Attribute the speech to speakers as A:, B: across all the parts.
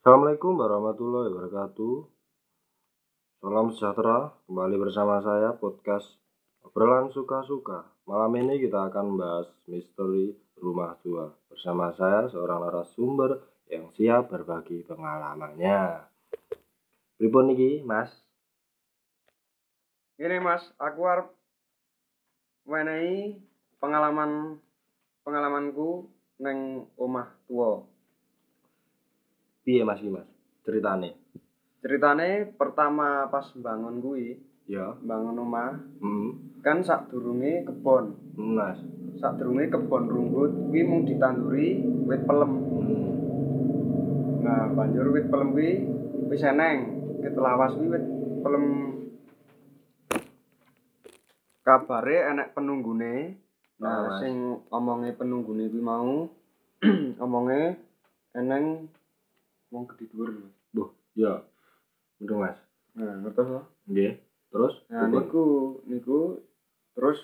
A: Assalamualaikum warahmatullahi wabarakatuh. Salam sejahtera, kembali bersama saya podcast Obrolan Suka-Suka. Malam ini kita akan membahas misteri rumah tua. Bersama saya seorang narasumber yang siap berbagi pengalamannya. Pripun niki, Mas?
B: Gini mas, aku harap menehi pengalaman pengalamanku neng omah tua.
A: Piye Mas iki, Mas? Ceritane.
B: Ceritane pertama pas bangun kui,
A: Ya.
B: bangun omah,
A: Hmm.
B: kan sak durunge kebon,
A: Mas.
B: sak durunge kebon runggut, kui mung ditanduri wit pelem.
A: Hmm.
B: Nah, banjur wit pelem kui wis eneng, ketelawas kui wit pelem kabare enek penunggune.
A: Ah,
B: Nah,
A: Mas.
B: sing omonge penunggune kuwi mau omonge eneng wong gede dhuwur. Mas.
A: Ya. Untung Mas.
B: Nah, ngertos to?
A: Nggih. Terus?
B: Nah,
A: Pripun?
B: niku niku terus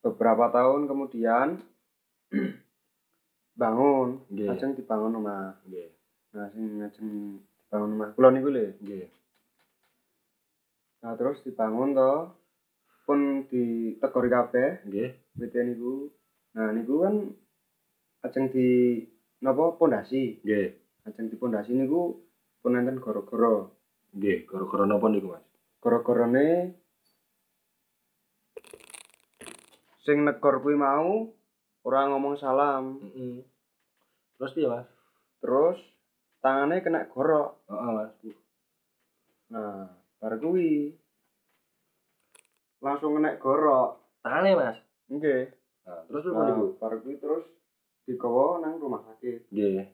B: beberapa tahun kemudian bangun,
A: Nggih.
B: ajeng dibangun omah.
A: Nggih.
B: Nah, sing ajeng dibangun omah kula niku lho.
A: Nggih.
B: Nah, terus dibangun to pun ditegori kabeh
A: Nggih.
B: wite niku. Nah, niku kan ajeng di napa pondasi.
A: Nggih.
B: Ajeng di pondasi niku pun enten goro-goro.
A: Nggih, gara-gara napa niku, Mas?
B: Goro-gorone sing negor kuwi mau ora ngomong salam,
A: Heeh. Terus piye, Mas?
B: terus tangane kena gorok.
A: Heeh, Mas.
B: Nah, bar kuwi langsung kena gorok.
A: Tangane, Mas.
B: Nggih.
A: Nah, terus pripun
B: Nah,
A: niku?
B: bar kuwi terus digawa nang rumah sakit.
A: Nggih.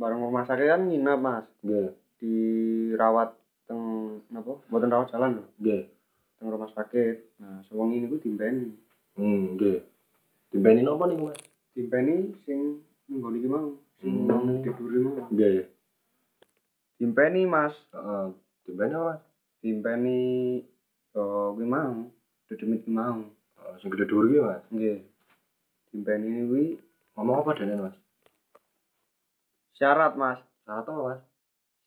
B: Bareng rumah sakit kan nginep, Mas.
A: Nggih.
B: dirawat teng napa mboten rawat jalan lho
A: Nggih.
B: teng rumah sakit nah sewengi niku dimpeni
A: Hmm, nggih. Dimpeni napa niku, Mas?
B: dimpeni sing nggone iki mau
A: Hmm.
B: sing nang tidur mau
A: Nggih.
B: dimpeni Mas
A: Heeh. Dimpeni apa, Mas?
B: dimpeni oh kuwi mau dedemit kuwi mau
A: Heeh, sing gede dhuwur iki, Mas.
B: nggih dimpeni kuwi
A: Ngomong apa dene, Mas?
B: syarat Mas
A: Syarat apa, Mas?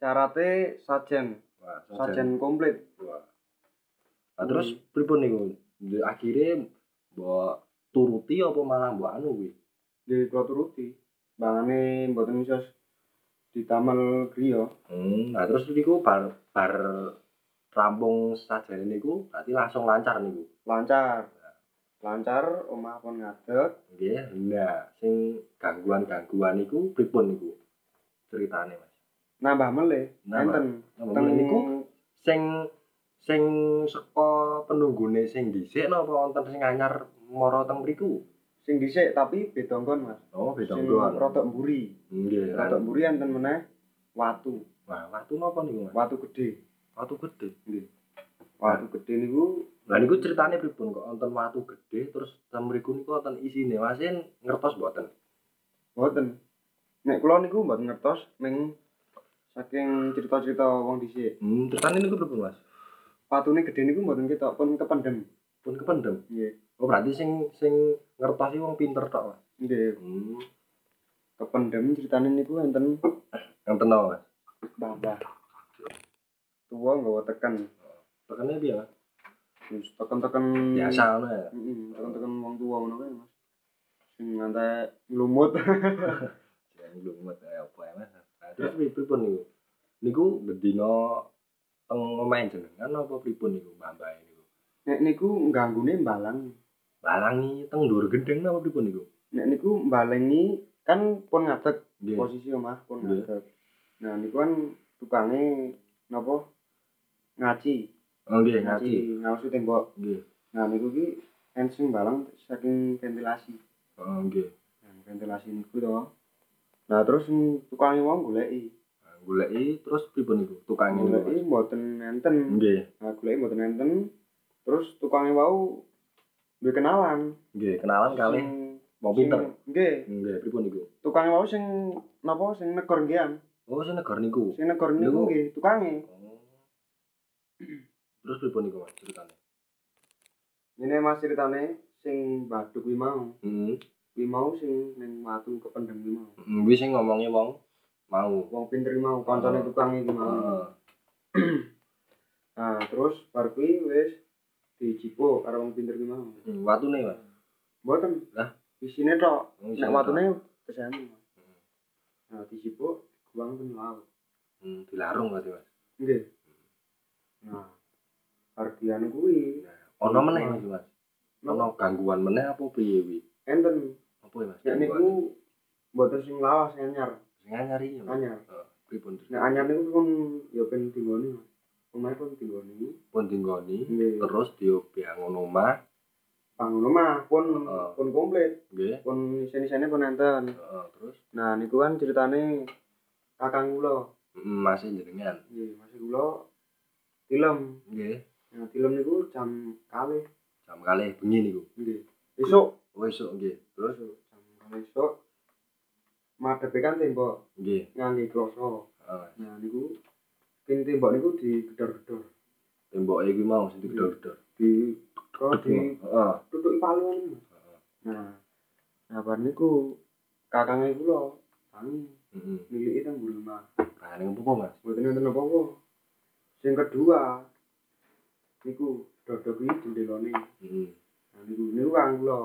B: syaratnya sajen
A: Wah,
B: sajen komplit
A: Wah. Nah, Ah, terus pripun niku? Di- Akhire mbok turuti apa malah mbok anu kuwi?
B: di kula turuti bangane mboten iso ditamel griya
A: Hmm, nah terus niku bar bar rampung sajane niku berarti langsung lancar niku.
B: lancar lancar omah pun ngadeg
A: Nggih. Nah, sing gangguan-gangguan niku pripun niku ceritane, Mas?
B: nambah meleh
A: Nambah.
B: enten
A: Ngomong
B: teng
A: niku sing sing saka penunggune sing dhisik napa wonten sing anyar mara teng mriku?
B: sing dhisik tapi beda nggon Mas
A: Oh, beda
B: sing
A: nggon.
B: rodok mburi
A: Nggih,
B: rodok
A: rodok.
B: mburi enten meneh watu
A: Wah, watu napa niku, Mas?
B: watu gede
A: Watu gede.
B: watu gede niku
A: Lah niku ceritane pripun kok wonten watu gede terus teng mriku niku wonten isine Mas Yen ngertos mboten?
B: boten nek kula niku mboten ngertos ming saking cerita-cerita wong dhisik
A: Hmm, ceritane niku pripun, Mas?
B: watune gede niku mboten ketok pun kependem
A: Pun kependem.
B: nggih
A: Oh, berarti sing sing ngertosi wong pinter tok, Mas.
B: nggih
A: Hmm.
B: kependem ceritane niku enten
A: Yang tenang, Mas.
B: babah tuwa nggawa teken
A: Tekene piye, Mas?
B: terus teken-teken
A: Biasa ngono ya.
B: Heeh, tekan-tekan wong tua ngono kae, Mas. Sing ngantek nglumut.
A: Jangan belum ngerti kayak apa ya, Mas. Nah, terus pripun niku? Niku bedina teng omahe jenengan apa pripun niku mbah-mbah niku?
B: Nek niku nggangune mbalang.
A: Balangi teng dhuwur gedeng apa pripun niku?
B: Nek niku mbalengi kan pun ngadeg
A: Nggih.
B: posisi omah pun
A: Nggih.
B: ngadeg. Nah, niku kan tukange napa? Ngaci,
A: Oh, nggih, ngaji.
B: ngawasi tembok.
A: Nggih.
B: Nah, niku ki en sing mbalang saking ventilasi.
A: Oh, nggih.
B: Nah, ventilasi niku to. Nah, terus sing tukange wong goleki.
A: Nah, Goleki terus pripun niku? Tukang niku. Mas?
B: Goleki mboten enten.
A: Nggih.
B: Nah, goleki mboten enten. Terus tukangnya wau duwe kenalan.
A: Nggih, kenalan kali
B: Sing-
A: wong pinter.
B: sing- Nggih,
A: Nggih, pripun niku?
B: tukangnya wau sing napa sing negor nggih.
A: Oh, sing negor niku.
B: Sing negor niku
A: Niku.
B: nggih tukange.
A: Oh. Terus pripun niku Mas ceritane?
B: Ngene Mas ceritane sing baduk kuwi mau.
A: Heeh. Hmm,
B: Kuwi mau sing ning watu kependem kuwi mau.
A: Kuwi sing ngomongi wong mau.
B: wong pinter mau kancane
A: Ah.
B: tukang iki mau
A: Heeh.
B: nah terus bar kuwi wis dicipo karo wong pinter iki mau
A: Watune, Mas.
B: mboten
A: Lah?
B: isine tok
A: Wong
B: nek
A: isine
B: watune kesemu Hmm. nah dicipo buang pun laut
A: Hmm, dilarung berarti, Mas.
B: nggih nah hardian kuwi
A: Ono meneh, Mas, Mas. Ono gangguan meneh apa piye wi?
B: enten
A: Apa ya, Mas?
B: nek
A: Gangguan.
B: niku mboten sing lawas anyar
A: Sing nyari ya. Mas.
B: anyar
A: Heeh. Pripun?
B: nek anyar niku pun ya ben tinggoni Mas. omahe pun tinggoni
A: Pun tinggoni
B: nggih
A: terus diobyang ngono mah,
B: bangun rumah pun
A: Heeh.
B: pun komplit
A: nggih.
B: pun isen-isene pun enten
A: Heeh, terus
B: nah niku kan ceritane kakang kula
A: mm, masih jenengan.
B: nggih masih kula film
A: Nggih.
B: nah film niku jam kali
A: Jam kalih bengi niku.
B: nggih esuk
A: Oh, esuk nggih. Terus
B: esuk jam kali esuk madhepe kan tembok
A: nggih.
B: ngangge kloso
A: Heeh.
B: nah niku ping tembok niku digedor-gedor
A: Temboke kuwi mau sing digedor-gedor.
B: di kok di
A: Heeh.
B: tutuki palu
A: Heeh.
B: nah nah bar niku kakange kula tangi
A: Heeh.
B: miliki teng rumah
A: Bareng apa, Hmm, Mas?
B: Mboten wonten apa-apa. Sing kedua niku dodo kuwi jendelane.
A: Heeh.
B: Nah niku niku kang kula.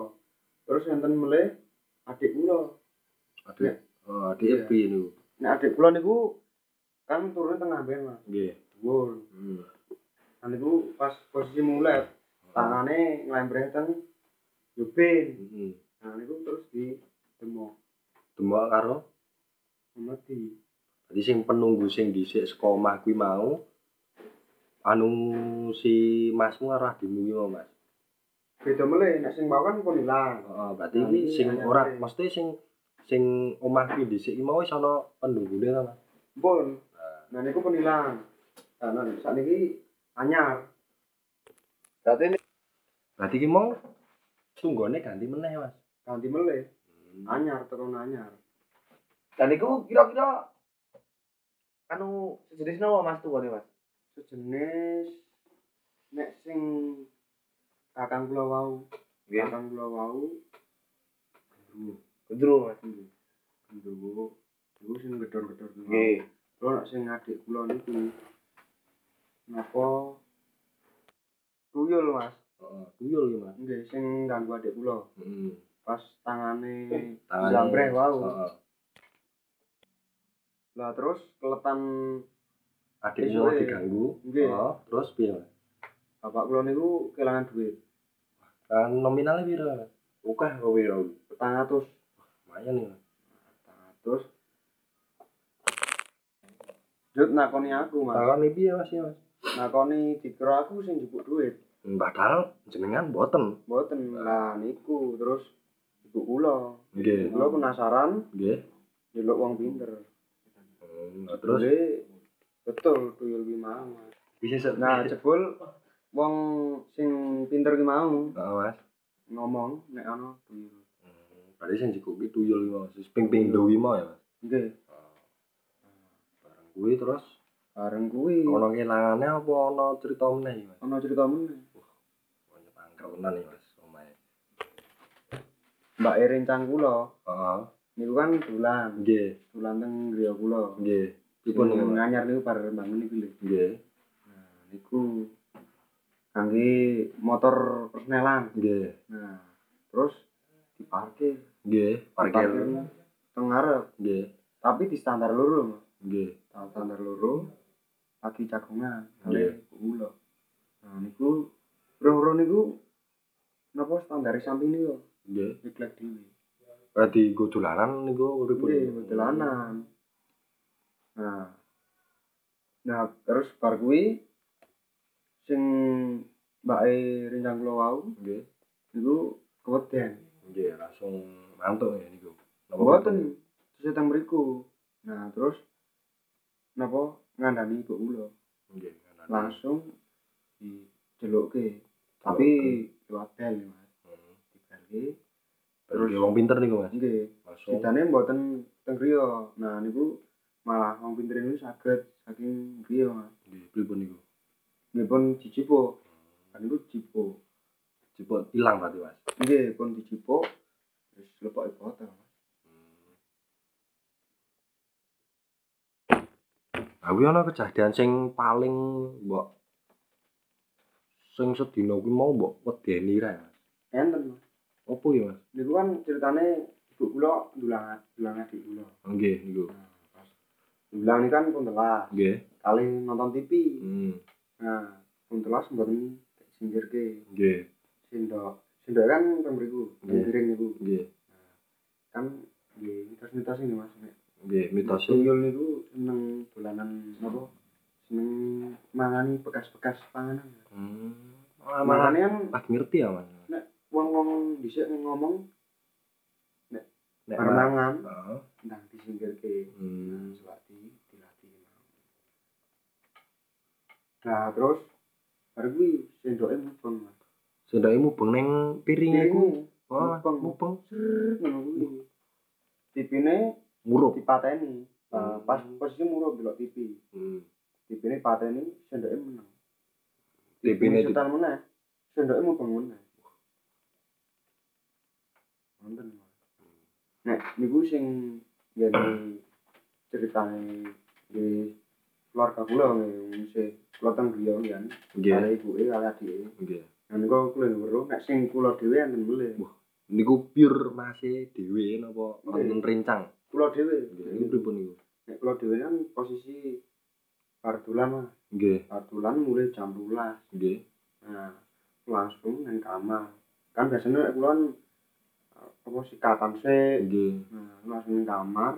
B: Terus enten melih adik kula.
A: Adik. Oh, adik
B: Iya.
A: piye niku?
B: Nek adik kula niku kan turun tengah ben Mas.
A: Nggih. Hmm.
B: Dhuwur.
A: Heeh.
B: Nah niku pas posisi mulet, tangane nglembreh teng Yupin.
A: Heeh.
B: Nah niku terus di demo
A: Hmm. Demok karo
B: mati.
A: Jadi sing penunggu sing dhisik saka omah kuwi mau anu si Masmu ora dimuwi mau Mas.
B: Beda melih nek sing bawah kan pun ilang.
A: Heeh, berarti
B: Nah,
A: iki
B: iki
A: sing
B: anyar
A: ora
B: sih.
A: mesti sing sing omah kuwi dhisik iki mau wis ana penunggune ta Mas.
B: Pun. Nah niku pun ilang. Nah nek sakniki anyar.
A: Berarti ini berarti iki mau tunggone ganti meneh Mas.
B: ganti melih anyar terus anyar
C: Hmm. Dan itu kira-kira anu sejenis apa Mas tuh Mas?
A: Hmm.
B: sejenis nek sing kakang kula wau
C: Nggih.
B: kakang kula wau
C: Gendro Mas.
B: gendruwo iku sing gedor-gedor kuwi.
C: Nggih.
B: terus nek sing adik kula niku napa tuyul Mas
A: Heeh, tuyul iki Mas.
B: nggih sing ganggu adik kula
A: Heeh.
B: pas tangane
A: Tangane-
B: jambreh wau
A: Heeh.
B: lah terus keletan
A: Adik
B: Besok
A: mau
B: e.
A: diganggu.
B: Nggih.
A: Heeh, terus piye Mas?
B: bapak kula niku kelangan duit
A: Kan nominalnya piro? Mas? Ukah kok piro?
B: 400
A: oh, Lumayan ya. Mas.
B: terus Jut nakoni aku mas,
A: Takon piye Mas ya Mas?
B: nakoni dikira aku sing jebuk duit,
A: Padahal jenengan boten.
B: boten lah niku terus ibu kula,
A: Nggih.
B: kula penasaran
A: Nggih.
B: nyeluk wong pinter,
A: Hmm, terus
B: Jebule, betul tuyul ki mau. Mas.
A: bisa
B: Nah jebul wong sing pinter ki mau
A: Heeh, Mas.
B: ngomong nek ana tuyul,
A: Hmm, Berarti sing dikuki tuyul iki Mas. Wis ping-ping do iki mau ya, Mas.
B: nggih,
A: Bareng kuwi terus
B: bareng kuwi
A: ana kelangane apa ana cerita meneh iki, Mas?
B: ana cerita meneh.
A: Ono pangkel tenan iki, Mas. Omahe.
B: Mbak Erincang kula
A: Heeh.
B: niku kan dolan,
A: Nggih,
B: dolan teng griya kula.
A: nggih.
B: Iku
A: Pripun niku, Mas?
B: nganyar niku bar bangun niku lho.
A: Nggih,
B: Nah, niku kangge motor persnelan.
A: nggih,
B: Nah, terus diparkir,
A: nggih. Parkir.
B: Diparkir teng ngarep,
A: Nggih,
B: tapi di standar loro, Mas.
A: nggih.
B: Nah, standar loro lagi cagungan
A: Nggih.
B: kali kula. Nah, niku roh-roh niku napa standar samping niku
A: Nggih.
B: nyeklek dhewe.
A: Berarti go dolanan niku pripun?
B: Nggih, bedelanan. Nah. Nah, terus bar kuwi sing mbake rincang kula wau
A: Nggih.
B: niku keweden.
A: Nggih, langsung mantuk ya niku. Napa
B: Mboten terus teng mriku. Nah, terus napa ngandani ibu kula
A: Nggih, kanan.
B: langsung dijelukke. Tapi lewat bel, Mas.
A: Hmm.
B: Dibalke.
A: Berarti wong pinter niku, Mas.
B: Nggih.
A: Langsung.
B: Sidane mboten teng griya. Nah, niku malah wong pinter niku saged saking griya, Mas.
A: Nggih, pripun niku?
B: Nggih pun dicipuk. Kan niku dicipuk.
A: Cepet ilang berarti, Mas.
B: Nggih pun dicipuk. Wis lepoke botol.
A: kuwi ana kejadian sing paling mbok sing sedina kuwi mau mbok wedeni ra. Mas?
B: enten Mas.
A: Opo ya, Mas?
B: niku kan ceritane ibu kula ndulang ndulang adik kula
A: Nggih, niku.
B: Nah, pas ndulang ini kan kuntelas
A: Nggih.
B: kali nonton TV
A: Hmm,
B: nah kuntelas mboten singkirke
A: nggih,
B: sendok sendok kan teng mriku
A: Iya.
B: teng piring niku
A: nggih,
B: kan nggih mitos-mitos ini Mas nek
A: nggih, mitos
B: Tuyul niku seneng dolanan apa? Seneng mangani bekas-bekas panganan.
A: Hmm. Malah malah
B: Makane kan
A: lagi ngerti ya, Mas.
B: wong-wong dhisik ngomong
A: Nek
B: bar
A: ma-
B: mangan
A: Heeh.
B: nang disingkirke.
A: Hmm.
B: Nah, selati dilatih. Nah, terus baru kuwi sendoke mubeng. Mas.
A: Sendake mubeng ning piringe iku.
B: Piringmu
A: Wah,
B: mubeng.
A: mubeng
B: seret ngono kuwi. Tipine
A: ngurup.
B: dipateni. Nah,
A: Hmm.
B: pas posisi murup delok TV.
A: Hmm.
B: Tipine pateni sendoke menang.
A: Tipine di-
B: setan meneh. Sendoke mubeng meneh. Wonten. Nek niku sing ngene ceritane di keluarga kula nggih sing kula teng griya ngiyan.
A: nggih,
B: Kali ibuke kali adike.
A: nggih.
B: Nah niku kula weruh nek sing kula dhewe enten mulih.
A: Niku pure masih dhewe napa
B: Nggih.
A: wonten rincang.
B: Kula dhewe.
A: Nggih, niku pripun niku?
B: Nek kula dhewe kan posisi pardulan Mas.
A: Nggih,
B: Pardulan mulai jam 12.
A: nggih.
B: Nah, langsung nang kamar. Kan biasanya nek kula kan, eh, apa sikatan sik.
A: Nggih.
B: Nah, langsung nang kamar.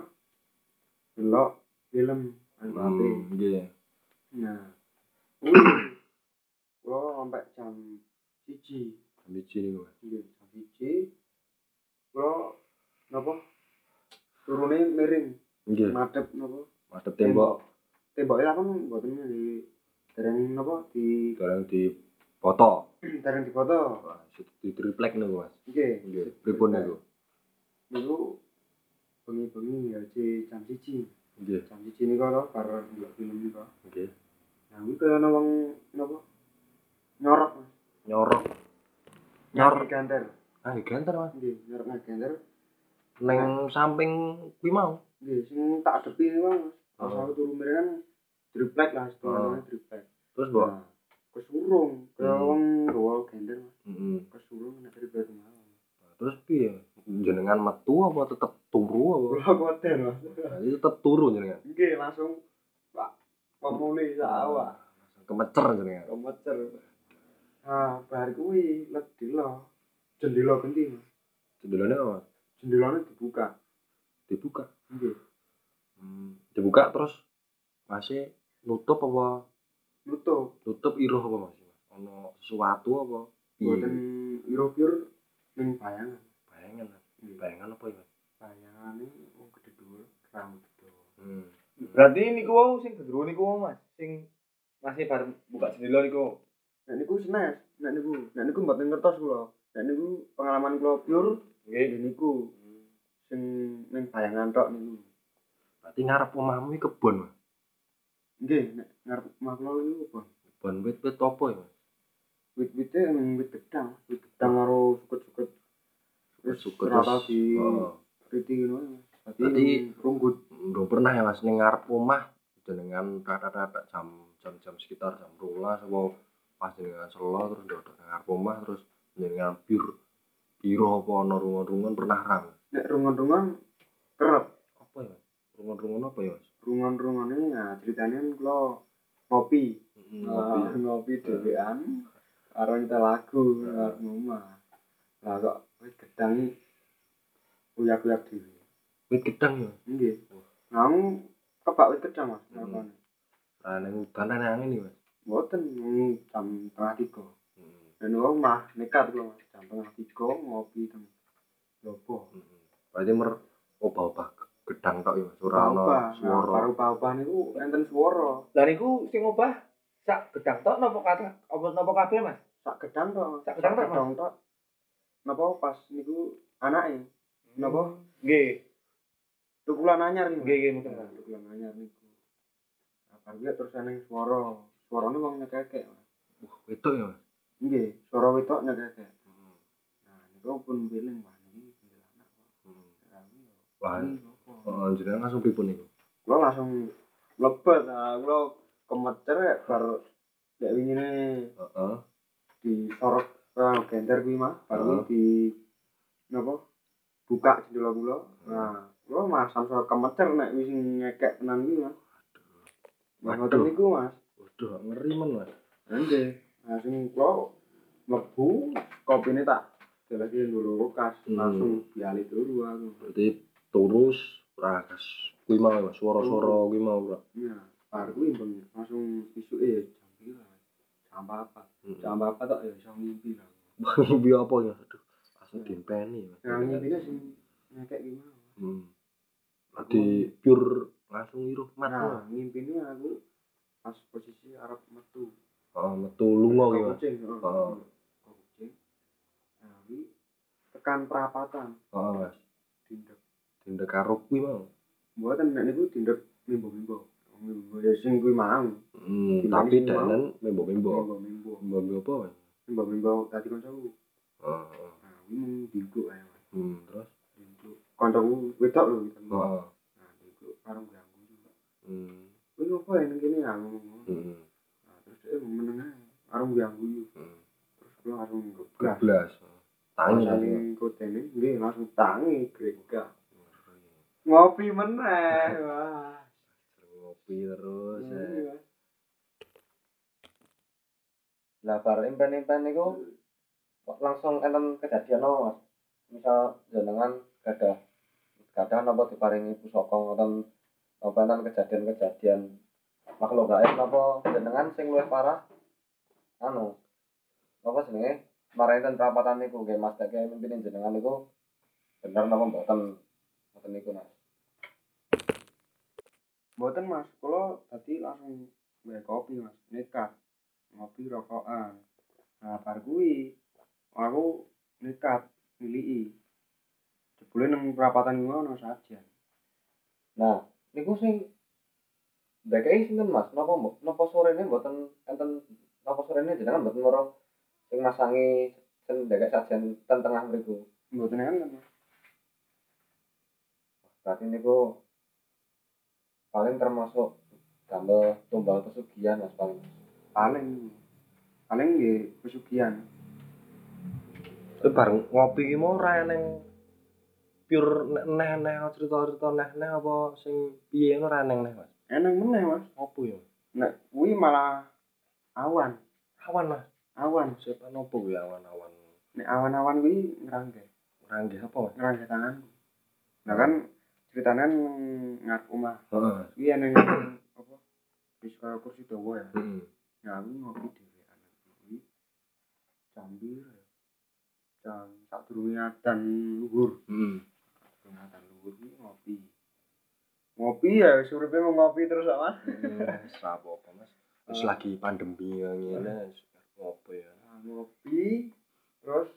B: Delok film nang HP.
A: Hmm, nggih.
B: Nah. kula sampai jam 1.
A: Jam siji niku, Mas.
B: Nggih, jam 1. Kula napa? Turune miring,
A: Nggih.
B: madhep napa?
A: Madhep tembok,
B: Temboke lah kan mboten di dereng napa di
A: barang di foto.
B: dereng dipoto.
A: Wah, di triplek niku, Mas.
B: Nggih.
A: Nggih. Pripun niku?
B: niku bengi-bengi ya ci jam siji
A: Nggih,
B: jam siji niku lho bar ndelok film niku
A: nggih.
B: nah kuwi kaya ana wong napa nyorok Mas.
A: Nyorok. Nyor.
B: Ngagi ganter
A: Ah, ganter, Mas.
B: nggih nyorok ngagi ganter
A: Neng samping kuwi mau.
B: nggih sing tak adepi niku Mas pas
A: Oh.
B: aku turu mrene kan triplek lah
A: Oh.
B: istilahnya triplek
A: Terus, Mbok.
B: nah kesurung kaya
A: Hmm.
B: wong rowo ganter Mas
A: Heeh.
B: kesurung nek triplek mau
A: Nah, Terus piye? Jenengan metu apa tetep turu apa?
B: kula koten Mas
A: Berarti tetep turu jenengan. Nah,
B: nggih langsung Pak pemuli sak Iya, awak
A: Kemecer jenengan.
B: Kometer. Nah, bar Ah, kuwi ledilo. Jendela genti, Mas.
A: Jendelane apa? Mas?
B: Jendelane dibuka.
A: Dibuka.
B: Nggih.
A: Hmm. Dibuka terus masih nutup apa?
B: Nutup.
A: Nutup iruh apa Mas? Ono sesuatu apa? Iya,
B: Boten iro-iro ning bayangan.
A: Bayangan. Mas.
B: Nggih.
A: Bayangan apa ya? Mas?
B: Bayangane wong gedhe dhuwur, rambut gedhe.
A: Hmm.
C: Berarti niku wau sing gendro niku wau Mas, sing masih bar buka jendela niku.
B: Nek niku senes, nek niku, nek niku mboten ngertos kula. Nek niku pengalaman kula pure
C: Nggih.
B: nggih niku sing ning bayangan tok niku.
A: Berarti ngarep omahmu iki kebon, Mas.
B: Nggih, nek ngarep omah kula niku apa?
A: Kebon wit-wit apa ya? Mas?
B: Wit-wite emang wit gedang, wit gedang karo suket-suket. Wis
A: Suket-suket
B: rata
A: terus.
B: di
A: Heeh.
B: Riti ngono.
A: Berarti-
B: Berarti runggut.
A: belum pernah ya mas ning ngarep omah jenengan rata-rata jam jam jam sekitar jam rolas apa pas jenengan selo terus ndodok nang ngarep omah terus jenengan bir biro apa ana rungon-rungon pernah ram
B: Nek rungon-rungon kerep.
A: apa ya mas rungon-rungon apa ya mas
B: Rungon-rungone ya ceritane kan kula ngopi.
A: ngopi Ah.
B: Nah, ngopi dhewean karo kita lagu
A: Heeh.
B: ngarep omah. Lah kok wis gedang iki uyak-uyak dhewe.
A: wit gedang ya
B: Nggih. Nang kebak wit gedang Mas.
A: Hmm.
B: Nang
A: nah ning udan ana angin iki mas
B: Mboten nang jam tengah tiga. Dan wong mah nekat kula Mas. Jam tengah tiga ngopi teng Lopo.
A: berarti mer obah-obah gedang tok ya mas ora ana
B: Papa, nah,
A: swara
B: karo papa niku enten swara.
C: Lah niku sing ngubah sak gedang tok napa kata apa napa kabeh Mas?
B: Sak gedang tok.
C: Sak gedang tok, Mas.
B: gedang tok. Napa pas niku anake
C: Hmm.
B: Napa?
A: Mm.
C: Nggih.
B: tukulan anyar niku.
C: Nggih, nggih, mungkin,
B: Nah,
C: Mas.
B: tukulan anyar niku. Apa kuwi terus eneng swara. Swarane wong nyekek. Mas.
A: Wah, wedok ya mas
B: Nggih, swara wetok nyekek.
A: Mm-hmm.
B: Nah, niku pun beling wah niki beling anak.
A: wah
B: Ini apa?
A: eh, jenengan langsung pripun niku
B: Kula langsung mlebet ah kula kemecer ya, bar nek wingine
A: Heeh.
B: di sorok uh, gender kuwi mah bar
A: Heeh.
B: kuwi di napa buka jendela kula. Nah, kula Mas sampe kemecer nek wis ngekek tenan kuwi Mas. Mas
A: Waduh.
B: ngoten niku Mas. Nah,
A: Waduh, ngeri men, Mas.
B: Nanti, langsung klo lebu, kopinya tak jelasi dulu kulkas,
A: Hmm.
B: langsung dialih dulu aku.
A: Berarti turus rakas. Kuwi mau Mas, swara-swara kuwi mau ora.
B: Iya, baru gue imbang langsung isu eh jam pira, jam apa,
A: Mm-hmm.
B: jam apa tak ya jam mimpi lah.
A: Mimpi apa ya? Aduh, asli dimpeni. Mas.
B: Yang mimpinya sih ngekek gimana?
A: Hmm. Berarti pure langsung iruh mat.
B: Nah, mimpinya aku pas posisi Arab metu.
A: Heeh, metu lunga
B: Teko
A: kuwi, Mas.
B: Kucing, heeh.
A: Heeh.
B: Teko kucing. Nah, wi tekan perapatan,
A: Heeh, Mas.
B: tindak.
A: Tindak karo kuwi mau.
B: Buatan nek niku tindak mimbo-mimbo. Mimbo ya sing kuwi mau.
A: Hmm,
B: Tindak
A: tapi
B: ini mau.
A: danan membo-membo.
B: mimbo
A: Membo apa, Mas?
B: mimbo mimbo tadi kancaku
A: Heeh, heeh.
B: nah ini mau dingkluk ae mas
A: Hmm, terus.
B: dingkluk kancaku wedok lho kita
A: Heeh.
B: nah dingkluk karo ganggu juga
A: Hmm.
B: kuwi ngopo ya ning kene ya ngomong
A: Hmm.
B: nah Ah, terus dia meneng ae karo ganggu juga.
A: hmm.
B: terus kula langsung gegah
A: Geblas. Tangi
B: tangi
A: tapi.
B: kotene nggih langsung tangi gregah ngopi meneh wah
A: Ngopi terus. eh.
B: Iya, Mas.
C: Lah bar impen-impen niku kok langsung enten kejadian apa, Mas? Misal jenengan gadah gadah napa diparingi pusaka ngoten apa enten kejadian-kejadian makhluk gaib napa jenengan sing luwih parah anu apa jenenge marahin ten perapatan niku nggih Mas Dek mimpin jenengan niku bener napa mboten ngoten niku Mas.
B: Mboten mas, kalau tadi langsung gue kopi mas, nekat ngopi rokokan. Nah bar kui, aku nekat milih jebule nang perapatan gue ono saja.
C: Nah, niku sing DKI sinten Mas? Napa mbo- napa sorene mboten enten napa sorene jenengan mboten loro sing masangi sen DKI sajen ten tengah mriku.
B: Mboten kan mas?
C: Berarti niku paling termasuk gambar tumbal pesugihan Mas paling.
B: Paling, paling gue pesugihan.
A: Tapi bar ngopi ki mau ora eneng pure ne- neh-neh cerita-cerita neh-neh apa sing piye ngono ora eneng neh, Mas.
B: Enak meneh mas.
A: Opo ya?
B: Nah kui malah awan,
A: Awan, Mas.
B: awan.
A: Setan opo kuwi awan-awan?
B: Nek awan-awan kui ngerangkai,
A: Rangge apa, Mas?
B: ngerangkai tangan. Nah kan ceritanya nang ngarep omah.
A: Heeh.
B: Iya neng apa? Wis kaya kursi dawa ya.
A: Heeh.
B: Ya aku ngopi dhewe anak kuwi. Jam pira ya? Jam sak durunge adan luhur.
A: Heeh.
B: Durung adan luhur kuwi ngopi. Ngopi ya wis uripe mau ngopi terus apa?
A: apa, Mas? Terus lagi pandemi ya ngene, opo ya?
B: Nah, ngopi terus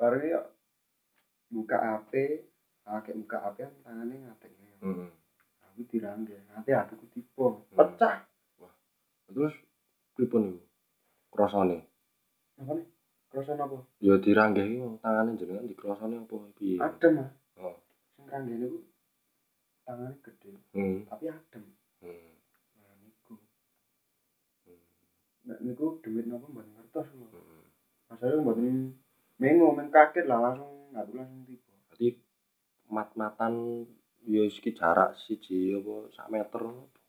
B: baru ya buka HP. Nah, kayak buka HP kan tangannya ngatek.
A: Heeh.
B: Aku dirangkai, nanti hatiku tipu.
A: Hmm.
B: Pecah.
A: Terus pripun niku? Krasane?
B: Apa nih? Kerasa apa?
A: Ya dirangge ki tangane jenengan dikrasane apa piye?
B: Adem ah.
A: Heeh.
B: sing kanggene ku tangane gede
A: Heeh.
B: tapi adem
A: Heeh.
B: nah niku
A: hmm,
B: nek niku demit napa mboten ngertos lho
A: Heeh.
B: masalahe mboten mengo men kaget lah langsung nggak tahu langsung tiba
A: berarti mat-matan ya iki jarak siji apa sak meter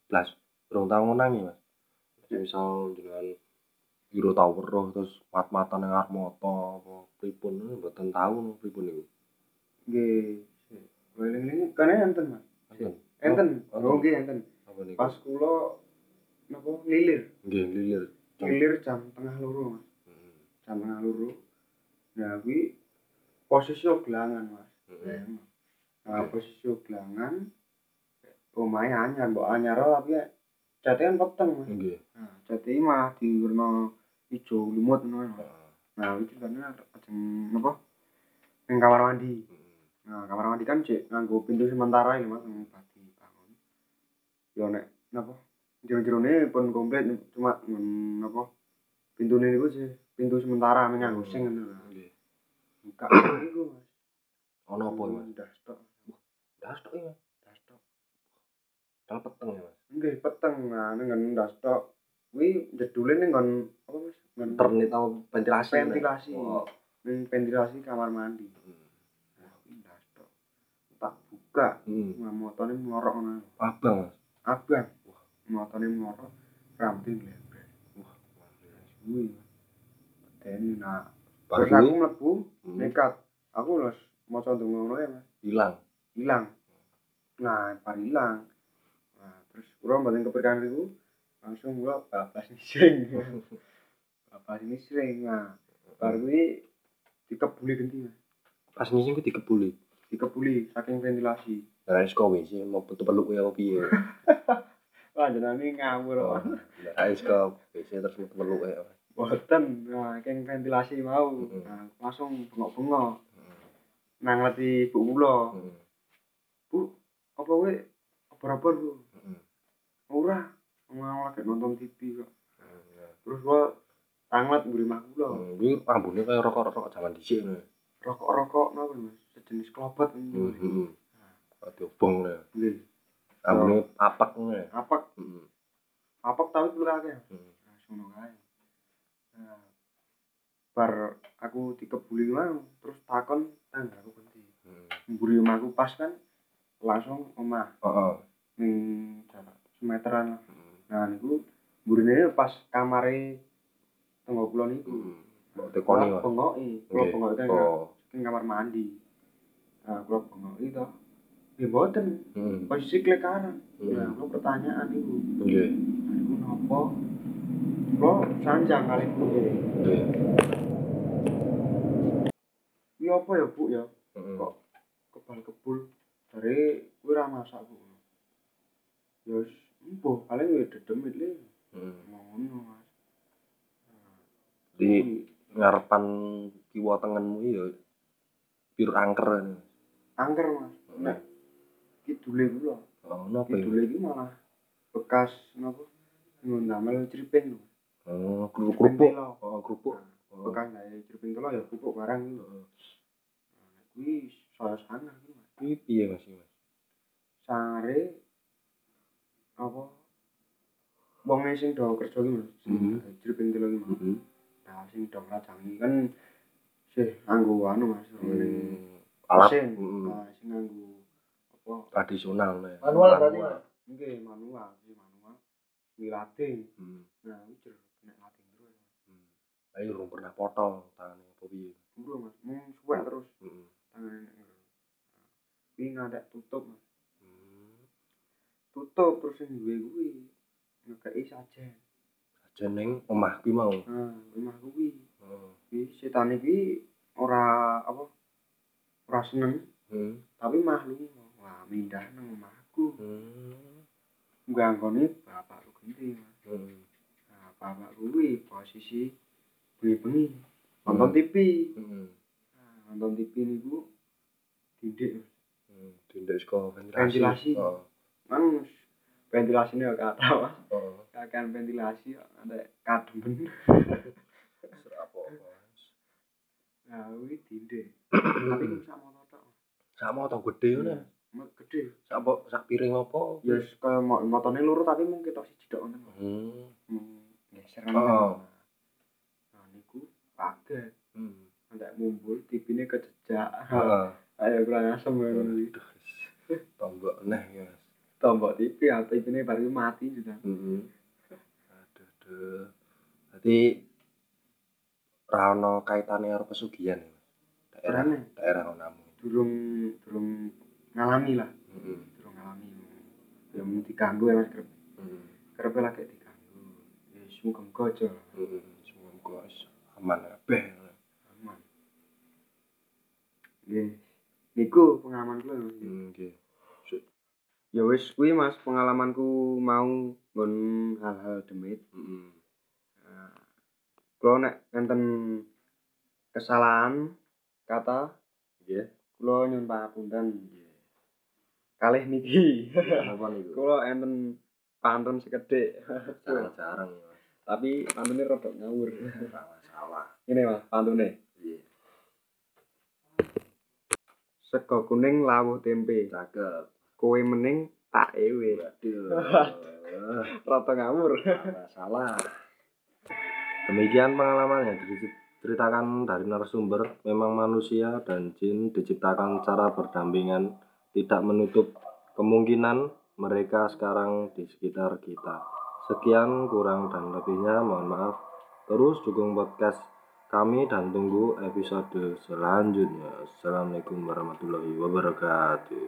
A: blas rong tau ngonangi mas Jadi misal dengan Euro Tower roh, terus mat-matan yang arep moto apa pripun eh, mboten tau no pripun niku
B: nggih weling-weling kene enten Mas
A: Enten.
B: enten
A: Oh,
B: oh nggih enten
A: apa niku
B: pas kula napa ngilir
A: nggih Mm-hmm. lilir Jam-
B: ngilir jam tengah loro Mas
A: Heeh.
B: jam tengah loro nah kuwi posisi gelangan Mas
A: Heeh.
B: Nah, Eh, posisi gelangan omahe anyar, mbok anyar ora, tapi catean peteng. Mas.
A: nggih
B: Nah, cate iki malah diwerno ijo lumut ngono. Mas.
A: Heeh.
B: Nah, iki ceritanya ajeng napa? Ning kamar mandi. Nah, kamar mandi kan cek nganggo pintu sementara ini Mas, nang bagi bangun. Yo nek napa? Jero-jerone pun komplit cuma mm, napa? Pintune niku sih pintu sementara men nganggo sing ngono. Nah,
A: nggih
B: Buka iku Mas.
A: ono apa iki, mas
B: Dastok,
A: das tok iki mas
B: dastok.
A: dal peteng ya mas
B: nggih peteng nah ning nggon ndas tok. Kuwi jedule ning nggon apa Mas? Nggon
A: Internit apa ventilasi?
B: ventilasi.
A: Oh.
B: Ning ventilasi kamar mandi. Nah, kuwi ndas tok. Tak buka,
A: Hmm.
B: nah, motone mlorok ngono.
A: Abang.
B: Abang, motone mlorok, rambutnya mlebar. Kuwi. Dene nah, terus aku
A: Baru
B: mlebu
A: Hmm.
B: nekat. Aku los maca donga ngono ya, Mas.
A: hilang.
B: hilang nah bar hilang nah terus kula mboten kepikiran niku langsung kula bablas nisring bablas nisring nah bar kuwi dikebuli genti Mas.
A: Pas nyising ku dikebuli.
B: dikebuli saking ventilasi
A: Nah, wis kowe sih mau petu peluk ya apa piye.
B: wah jenenge ngawur
A: Oh. Nah, wis kok biasanya terus metu peluk ya.
B: boten nah saking ventilasi mau
A: Mm-mm.
B: nah, langsung bengok-bengok
A: Hmm.
B: nang ngerti bu kula
A: Hmm.
B: bu apa kowe apa-apa bu
A: Hmm.
B: ora mau lagi nonton TV kok
A: Hmm.
B: terus gua tanglet mburi mah kula
A: Hmm, Kuwi rambune kaya rokok-rokok zaman dhisik ngono. ya.
B: rokok-rokok napa mas sejenis kelopet
A: Heeh.
B: ini
A: Heeh. Hmm. Aduh, bong ngono.
B: Nggih.
A: Rambune apek ngono. ya. Hmm.
B: apek
A: Heeh.
B: apek tapi perlu akeh
A: Heeh.
B: langsung kae nah, bar aku dikebuli mau terus takon tangga aku ganti
A: Heeh.
B: mburi omahku pas kan langsung omah
A: Heeh.
B: ning jarak semeteran lah.
A: Heeh.
B: nah niku mburine pas kamare tengah kula niku
A: Heeh. tekoni, Mas.
B: bengoki kula
A: Nggih.
B: bengoki kan
A: Oh.
B: saking kamar mandi nah kula bengoki to nggih mboten
A: Heeh.
B: posisi klik kanan
A: Hmm.
B: nah aku pertanyaan itu
A: Nggih.
B: nah itu nopo lo sanjang kali bu
A: Nggih.
B: ini apa ya bu ya
A: Heeh.
B: Kok? kebal kebul dari kira masak bu ya wis, empo paling ya dedem itu
A: Heeh.
B: ngono mas
A: Di ngarepan kiwa tengenmu ya pir angker. ngono.
B: angker mas nah kidule ku lho
A: Oh, napa ya?
B: kidule ku malah bekas nopo ngundamel ceripin lho
A: Oh, keru- kerupuk.
B: Telo.
A: Oh, kerupuk. Oh.
B: bekas dari ceripin telo ya pupuk barang gitu
A: Heeh.
B: kuwi saya sangar gitu mas
A: Kuwi piye Mas? iki, Mas?
B: sare apa wonge sing do kerja ki Mas.
A: Mhm.
B: Jripin telu ki Mas.
A: Heeh.
B: Nah, sing do ngerajangi kan sih nganggo anu Mas. ngene
A: Hmm. Alat
B: mesin.
A: heeh.
B: Nah, sing nganggo apa?
A: tradisional ngono ya.
C: Manual berarti, Mas?
B: Nggih, manual, sih manual. Milating.
A: Heeh.
B: Nah, iki jer kena lating terus.
A: Hmm, Ayo urung pernah potong tangane apa piye. Hmm,
B: Buru Mas, mung suwek terus
A: Heeh.
B: tangane. Kuwi ngadek tutup Mas.
A: hmm.
B: Tutup terus sing duwe kuwi ngekeki sajen.
A: Jeneng omah kuwi mau.
B: Nah, rumah kuwi
A: Heeh.
B: Jadi setan iki ora apa ora seneng
A: Heeh.
B: tapi mahlum wah mindah nang omahku
A: Heeh.
B: nggone bapakku gede Mas.
A: Heeh.
B: nah bapak kuwi posisi bengi-bengi nonton
A: Hmm.
B: TV
A: Heeh.
B: nah, nonton TV niku dindik
A: Heeh. Tindak hmm. saka
B: Ventilasi.
A: ventilasi. Oh, Heeh.
B: kan ventilasinya ya kata Mas.
A: Heeh.
B: kakean ventilasi kok ada kademen
A: Serapa, Mas?
B: nah kuwi dindik tapi
A: Hmm.
B: kuwi sak motor tok
A: Sama atau gede ngono. ya?
B: Mas. gede
A: Sak po- sak piring apa?
B: ya yes, kaya mo- motornya lurus tapi mung ketok siji tok ngoten
A: Heeh.
B: Hmm, geser
A: Oh.
B: oh. nah niku kaget
A: Heeh.
B: ndak mumpul tipine kejejak
A: Heeh.
B: ayo kurang asem ngono
A: Aduh, wis. Tombok neh ya, Mas.
B: tombok tipi atau tipine baru mati sudah
A: Heeh. Aduh, aduh. Berarti ra ono kaitane karo pesugihan ya, Mas. Daerah
B: Ora, Nek.
A: daerah onamu.
B: durung durung ngalami lah
A: Heeh.
B: durung ngalami ya mung diganggu ya mas kerep
A: Heeh.
B: kerep lah kayak diganggu ya semoga moga aja lah.
A: Heeh. Mm-hmm. Semoga wis aman kabeh.
B: aman ya niku pengalaman gue mas
A: Heeh, nggih.
B: ya wis kuwi mas pengalamanku mau nggon hal-hal demit
A: Heeh.
B: Kulo Eh, nek enten kesalahan kata
A: Nggih.
B: kulo nyuwun pangapunten
A: Nggih.
B: kalih niki.
A: Apa niku?
B: kulo enten pantun sekedhik
A: Jarang-jarang ya, Mas.
B: tapi pantunnya rodok ngawur.
A: Ora masalah.
B: Ini Mas pantune.
A: Iya.
B: Sego kuning lawuh tempe,
A: Cakep.
B: kowe mening
D: tak ewe
A: Waduh.
D: rata ngawur
A: masalah. Demikian pengalaman yang diceritakan dari narasumber. Memang manusia dan jin diciptakan cara berdampingan, tidak menutup kemungkinan mereka sekarang di sekitar kita. Sekian kurang dan lebihnya, mohon maaf. Terus dukung podcast kami dan tunggu episode selanjutnya. Assalamualaikum warahmatullahi wabarakatuh.